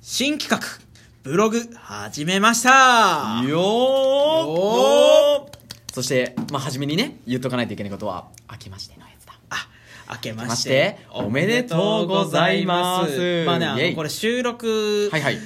新企画、ブログ始めましたよよーそして、まあ、初めにね言っとかないといけないことは「明けまして」のやつだあ、明けままししてて、おめでとうございますまあね、あイェの、イこれ収録はいはい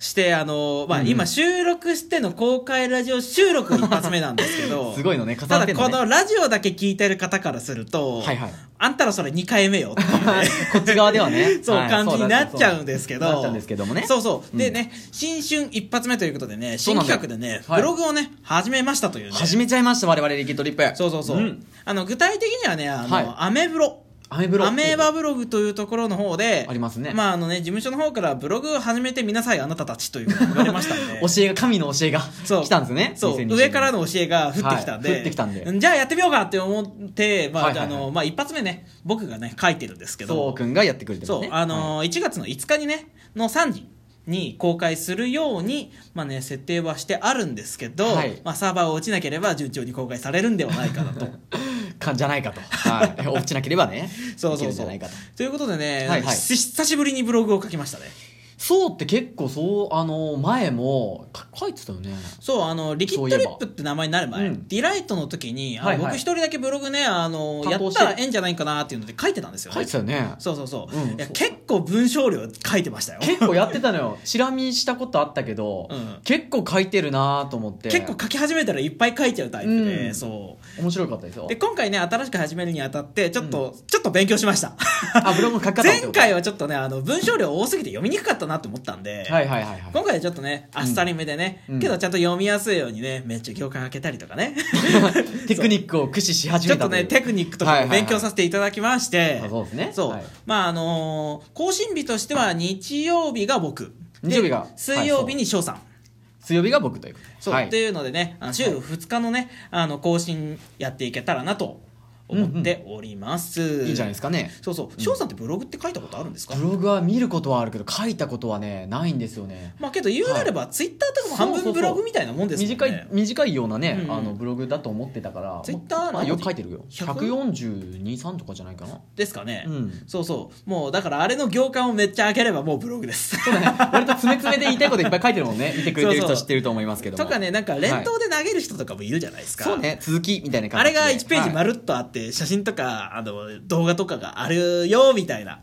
して、あの、まあうん今収録しての公開ラジオ収録一発目なんですけど 、すごいのね重なたってだんのこねのラジオだけ聞いてる方からすると、はいはいあんたらそれ2回目よっていうね こっち側ではね そう、はい感じになっちゃうんですけど。そうだそうだなっちゃうんですけどもねそうそう。でうんね、新春一発目ということでね、そ新うなんだよ企画でね、はいブログをね、始めましたというね。始めちゃいました我々リキッドリップそうそうそう。んあの、具体的にはね、あの、はいアメブロ。アメブロアメーバブログというところの方で、ありますねまああのね、事務所の方からブログを始めてみなさい、あなたたちというふうに言われました んで。教えが神の教えがそう来たんですねそう2020上からの教えが降ってきたんで、はい降ってきたんでうじゃあやってみようかって思って、まあはいはいはいあのまあ、一発目ね僕がね書いてるんですけどそうくんがやってくれてますそうね、あのー1月の5日にね、の3時に公開するように、まあね、設定はしてあるんですけど、はいまあ、サーバーを落ちなければ順調に公開されるんではないかなと。かじゃないかと、はい、落ちなければねそういそけるうんじそゃうないかと。ということでね、はいはいひ久しぶりにブログを書きましたね。そうって結構そうあの前もか書いてたよねそう、あの、リキッドリップって名前になる前、うんディライトの時に、あはいはい僕一人だけブログね、あの、や担っ当してたるらええんじゃないかなっていうので書いてたんですよね。書いてたよねそうそうそう。うんいやそう結構文章量書いてましたよ。結構やってた のよチラ見したことあったけど、うん結構書いてるなと思って結構書き始めたらいっぱい書いちゃうタイプで、うんそう。面白かったですよで今回ね新しく始めるにあたってちょっと、ちょっと勉強しました あブログの書き方って前こと回はちょっとねあの文章量多すぎて読みにくかったなって思ったんで、はいはいはいは今回はちょっとねあっさりめでね、うんけどちゃんと読みやすいようにねめっちゃ行間開けたりとか ねいテクニックを駆使し始ちょめったとといねうテクニックとかも勉強させていただきまして、はいはいはいあそうですねそう、はいまああのー更新日としては日曜日が僕で日曜日が水曜日に翔さん、水曜日が僕ということでそう、はいっていうのでね、あの週2日のね、あの、更新やっていけたらなと思っております。いいんじゃないですかねそうそう。翔、さんってブログって書いたことあるんですかブログは見ることはあるけど書いたことはねないんですよねまあけど言うなれば、ツイッターとかも半そうそう分そうブログみたいなもんですもんね。短い短いようなね、うんうんあのブログだと思ってたからツイッターまあまあよく書いてるよ100 1423とかじゃないかなですかね、うんそうそう。もうだからあれの行間をめっちゃ開ければもうブログです。そうだね割と詰め詰めで言いたいこといっぱい書いてるもん ね見てくれてるそう人そう知ってると思いますけど もとかね、なんか連投で投げる人とかもいるじゃないですか。そうね続きみたいな感あじれでが1ページはまるっとあって、写真とか、あの、動画とかがあるよ、みたいな。い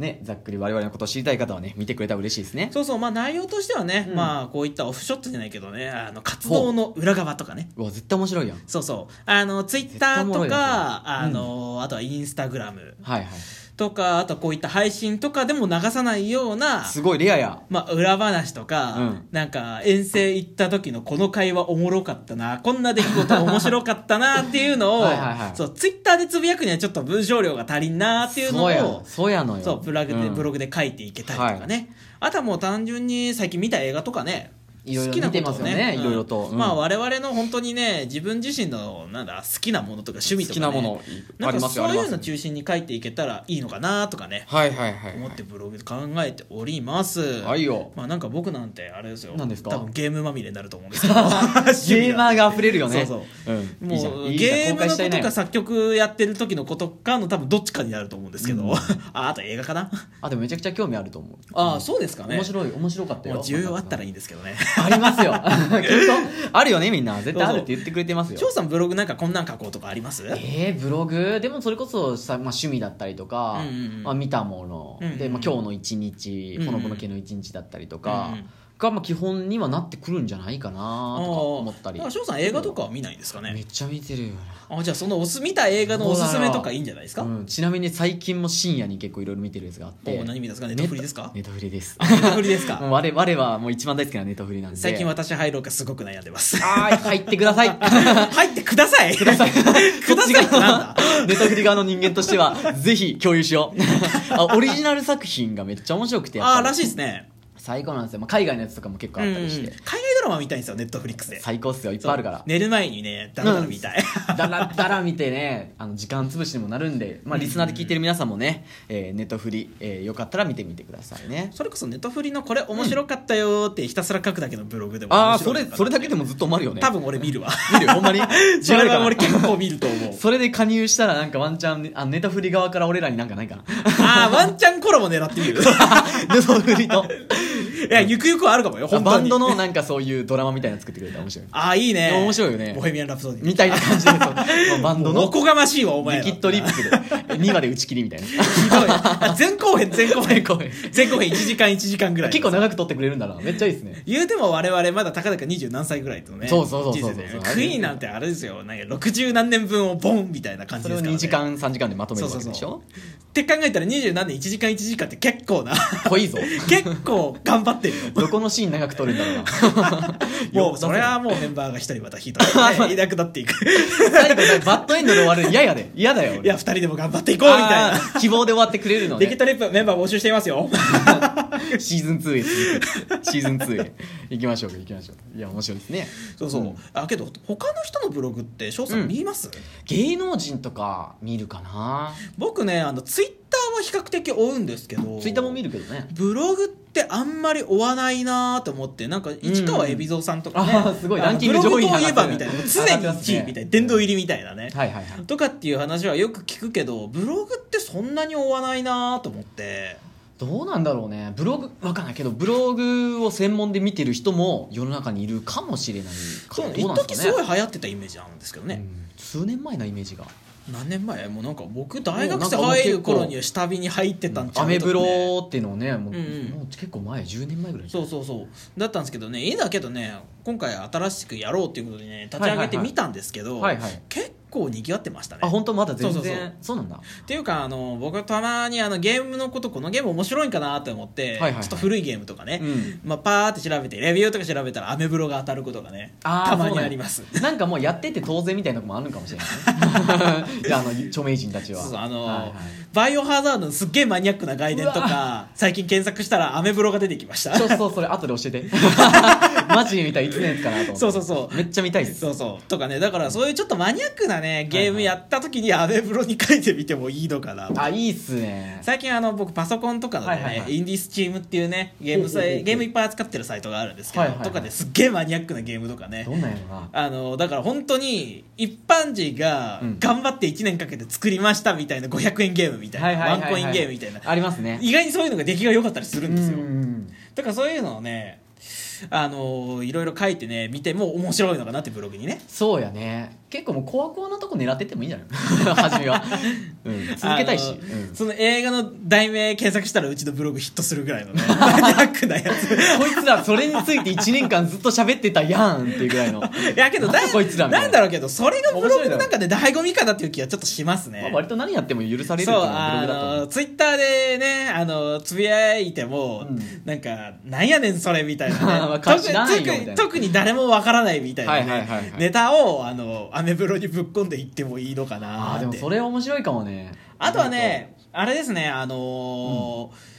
ねざっくり我々のことを知りたい方はね見てくれたら嬉しいですねそうそう、まあ内容としてはね、うんまあこういったオフショットじゃないけどね、あの活動の裏側とかね。うわ絶対面白いやんそうそう。あの、ツイッタ絶対おーもとろいかな、あの、あとはインスタグラムはいはいとか、あとこういった配信とかでも流さないような、すごいレアやまあ裏話とか、うんなんか遠征行った時のこの会話おもろかったな、こんな出来事面白かったなっていうのを、 はいはいはいそう、ツイッターでつぶやくにはちょっと文章量が足りんなっていうのそうやをん、そうやのよそうブログで、うんブログで書いていけたりとかね、あとはもう単純に最近見た映画とかねいろいろ好きなことを見てますよねいろいろとうんまあ我々の本当にね自分自身のなんだ好きなものとか趣味と好か、きね、なものなあんりかますそうよいうのありますよ中心に書いていけたらいいのかなとかねはいはいはい思ってブログで考えておりますはいよまあなんか僕なんてあれですよ何ですか多分ゲームまみれになると思うんですけど趣味 ゲーマーが溢れるよねそうそう、ん、いいじゃんもういいじゃんゲーム公開のしちゃこいなとよか作曲やってる時のことかの多分どっちかになると思うんですけど、うん ああと映画かなあでもめちゃくちゃ興味あると思うああそうですかね面白い面白かったもよう需要あったらいいいんですけどねあり ますよきっとあるよねみんな絶対あるって言ってくれてますよ翔さんブログなんかこんなん書こうとかありますえー、ブログでもそれこそさ、まあ、趣味だったりとか、うんうんうんまあ、見たもの、うんうんうんで、まあ、今日の一日、うんうんほのぼの系の一日だったりとか、うんうんが、まあ、基本にはなってくるんじゃないかなとか思ったりああ翔さん映画とかは見ないんですかめねっちゃ見てるよなあじゃあそのおす見た映画のおすすめとかいいんじゃないですかうん、ちなみに最近も深夜に結構いろいろ見てるやつがあってお何見たんですかネットフリですかネトフリですあネットフリですか もう我我はもう一番大好きなネトフリなんで最近私入ろうかすごく悩んで ます あー入ってください入ってくださいください くださいってなんだネトフリ側の人間としてはぜひ共有しよう あオリジナル作品がめっちゃ面白くてやっぱありーらしいですね最高なんですよ、まあ、海外のやつとかも結構あったりしうてん、海外ドラマ見たいんですよネットフリックスで最高っすよいっぱいあるからそう寝る前にねだらだら見たい、 だらだら見てねあの時間潰しにもなるんで、まあ、リスナーで聞いてる皆さんもね、えーネットフリ、えーよかったら見てみてくださいねそれこそネットフリのこれ面白かったよーってひたすら書くだけのブログでもあ面あそ白いれのかなそれだけでもずっと埋まるよね多分俺見 るわ見るよほんまに それは俺違うか結な構見ると思うそれで加入したらなんかワンチャンあネ タフリ側から俺らになんかないかな ああワンチャンコラボ狙ってみるネタフリといやゆくゆくはあるかもよあ本バ当にンドのなんかそういうドラマみたいなの作ってくれたら面白いあいいね面白いよねボヘミアン・ラプソディみたいな感じでそうまあバンドのおこがましいわお前リらキッドリップで2話で打ち切りみたい なひどいあ前後編前後前編後編前後編1時間1時間ぐらい結構長く撮ってくれるんだなめっちゃいいですね言うても我々まだたかだか20何歳ぐらいとねそうそうそうそうそう人生でクイーンなんてあれですよなんか60何年分をボンみたいな感じそれでをすから、 2ね、時間3時間でまとめるわけでしそょうそうって考えたら20何年1時間1時間って結構 な濃いぞ結構頑張ってるよどこのシーン長く撮るんだろう なもうそれはもうメンバーが一人また一 人、ね、いなくなっていく最後なんかバッドエンドで終わる嫌やで嫌だよ俺いや2人でも頑張っていこうみたいなあー希望で終わってくれるのデキッねトリップメンバー募集していますよ シーズン2へ続くシーズン2へ行きましょう行きましょういや面白いですねそうそう、うんあけど他の人のブログって翔さうんん見ます、芸能人とか見るかな僕ねあのツイッターは比較的追うんですけどツイッターも見るけどねブログってあんまり追わないなと思ってなんか市川海老蔵さんとかね、あーすごいあのランキング上位にブログといえば上がみってたいるな上常がっにてます1ね位みたいな殿堂入りみたいなね、はいはいはいとかっていう話はよく聞くけどブログってそんなに追わないなと思ってどうなんだろうねブログわかんないけどブログを専門で見てる人も世の中にいるかもしれないかそうねどう一なん時ですすかごねい流行ってたイメージなんですけどうね、ん数年前なイメージが何年前もうなんか僕大学もうなん生かもう結構入る頃には下火に入ってたんちゃアうメとブかねロっていうのをねもうう,、んうんもう結構前10年前ぐらいそうそうそうだったんですけどねいいだけどね今回新しくやろうっていうことでね立ち上げてみたんですけど、はいはいはい結構にぎわってましたねあ本当まだ全然そそううそうそうなんだっていうかあの僕たまにあのゲームのことこのゲーム面白いんかなと思って、はいはいはいちょっと古いゲームとかね、うんまあ、パーって調べてレビューとか調べたらアメブロが当たることがねあーたまそうになんやありますなんかもうやってて当然みたいなとこもあるんかもしれ ないねいやあの著名人たちはそうそうあの、はいはいバイオハザードのすっげえマニアックな外伝とか最近検索したらアメブロが出てきましたそうそうそれ後で教えて マジで見たいいつのやつかなと思ってそうそうそうめっちゃ見たいですそうそうとかねだからそういうちょっとマニアックなねゲームやった時にアメブロに書いてみてもいいのかな、あいいっすね最近あの僕パソコンとかのね、はいはいはいインディスチームっていうねゲームさおうおうおうゲームいっぱい扱ってるサイトがあるんですけど、はいはいはいとかですっげえマニアックなゲームとかねどんなんやろなあのだから本当に一般人がうん頑張って1年かけて作りましたみたいな500円ゲームみたいな、ワンコインゲームみたいなありますね意外にそういうのが出来が良かったりするんですよ、うんだからそういうのをねあのいろいろ書いてね見ても面白いのかなってブログにねそうやね結構もうコアコアなとこ狙ってってもいいんじゃない 初めは、うん、続けたいあし、のうんその映画の題名検索したらうちのブログヒットするぐらいのねマニアックなやつこいつらそれについて1年間ずっと喋ってたやんっていうぐら いの、まいやけどだいなんだこいつらみたいななんだろうけどそれがブロ面白グいだのろ中で醍醐味かなっていう気はちょっとしますねあ、割と何やっても許されるっていそううのがあブログだと思のうツイッターでねあのつぶやいても、うんなんかなんやねんそれみたい まなあね関心ないよみたいな特特に誰もわからないみたいなね、はいはいはいはいネタをあのアメブロにぶっ込んでいってもいいのかなっあーてでもそれ面白いかもねあとはね、あれですね、あのー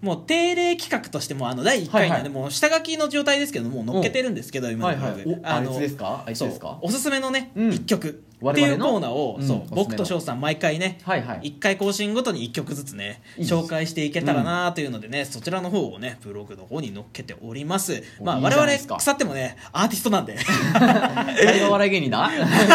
もう定例企画としても、あの、第1回なんで、はいもう下書きの状態ですけど、もう乗っけてるんですけど、今はいのはブログいおあいのつですかあいつそうですかおすすめのね、うん1曲っ我てい々うのコーナーを、うんそうおすすめの僕と翔さん毎回ね、はいはい1回更新ごとに1曲ずつね、いいです紹介していけたらなというのでね、そちらの方をね、ブログの方に乗っけております。おまあ、いいじゃない我ですか々腐ってもね、アーティストなん で。誰がお笑い芸人だ 声が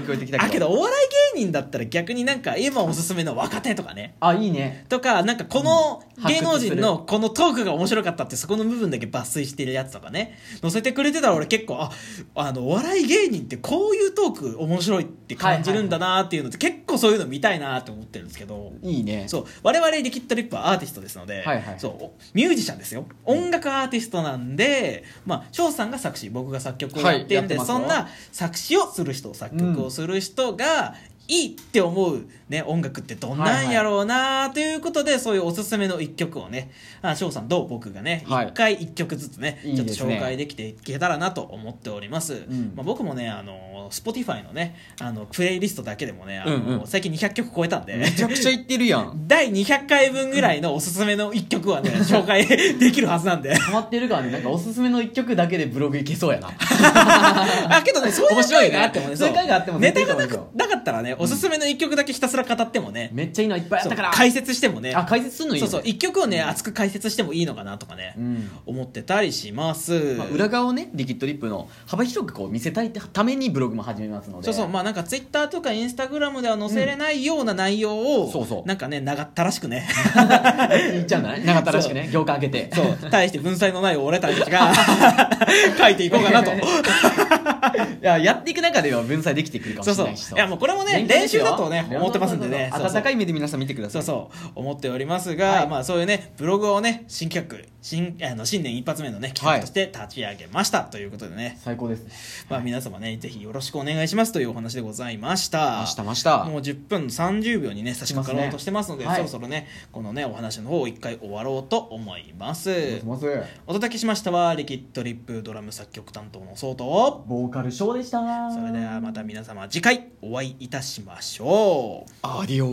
聞こえてきたあ、けど、お笑い芸人だったら逆になんか、今おすすめの若手とかね、あいいねとか、なんかこのうん芸能人のこのトークが面白かったってそこの部分だけ抜粋してるやつとかね、載せてくれてたら俺結構、あ、あの、お笑い芸人ってこういうトーク面白いって感じるんだなっていうのって結構そういうの見たいなって思ってるんですけど、いいねそう、我々リキッドリップはアーティストですので、はいはいそう、おミュージシャンですよ。音楽アーティストなんで、まあ、翔さんが作詞、僕が作曲をやってるんで、はいやってますそよんな作詞をする人、作曲をする人が、いいって思う、ね、音楽ってどんなんやろうなということで、そういうおすすめの一曲をね、あ翔さんと僕がね、一、はい回一曲ずつね、いいちょっとですね紹介できていけたらなと思っております。んまあ、僕もね、あの、Spotify のね、あの、プレイリストだけでもね、あのうんうん最近200曲超えたんで、めちゃくちゃ言ってるやん第200回分ぐらいのおすすめの1曲はね、紹 介できるはずなんで。ハマってるからねなんかおすすめの一曲だけでブログいけそうやなあ、けどね、そういう面白回いねがあってもね、そういう回があってもネ絶対タいいとが思うなよくなかったらね、おすすめの1曲だけひたすら語ってもね、めっちゃいいのいっぱいあったからそう解説してもね、あ解説するのいいそねうそう、1曲をね、熱く解説してもいいのかなとかねう、ん思ってたりします。まあ裏側をねリキッドリップの幅広くこう見せたいためにブログも始めますのでそう そうまあなんかツイッターとかインスタグラムでは載せれないような内容を、うんそうそうなんかね長ったらしくね言っちゃうんだねなかったらしくね行間開け てそう対して文才のない俺たちが 書いていこうかなといややっていく中では分散できてくるかそもうしれそうないしいやもうこれもね練習だとね思ってますんでねそうそう温かい目で皆さん見てくださそういそう思っておりますが、はいまあそういうねブログをね新企画新あの新年一発目のね企画として立ち上げました、ということでね、最高ですまあ、皆様ねぜひよろしくお願いしますというお話でございましたましたましたもう10分30秒にね差し掛かろうとしてますのではいそろそろねこのねお話の方を一回終わろうと思いますますますお届けしましたはリキッドリップドラム作曲担当のソウトボーカルショーでしたそれではまた皆様次回お会いいたしましょうアディオ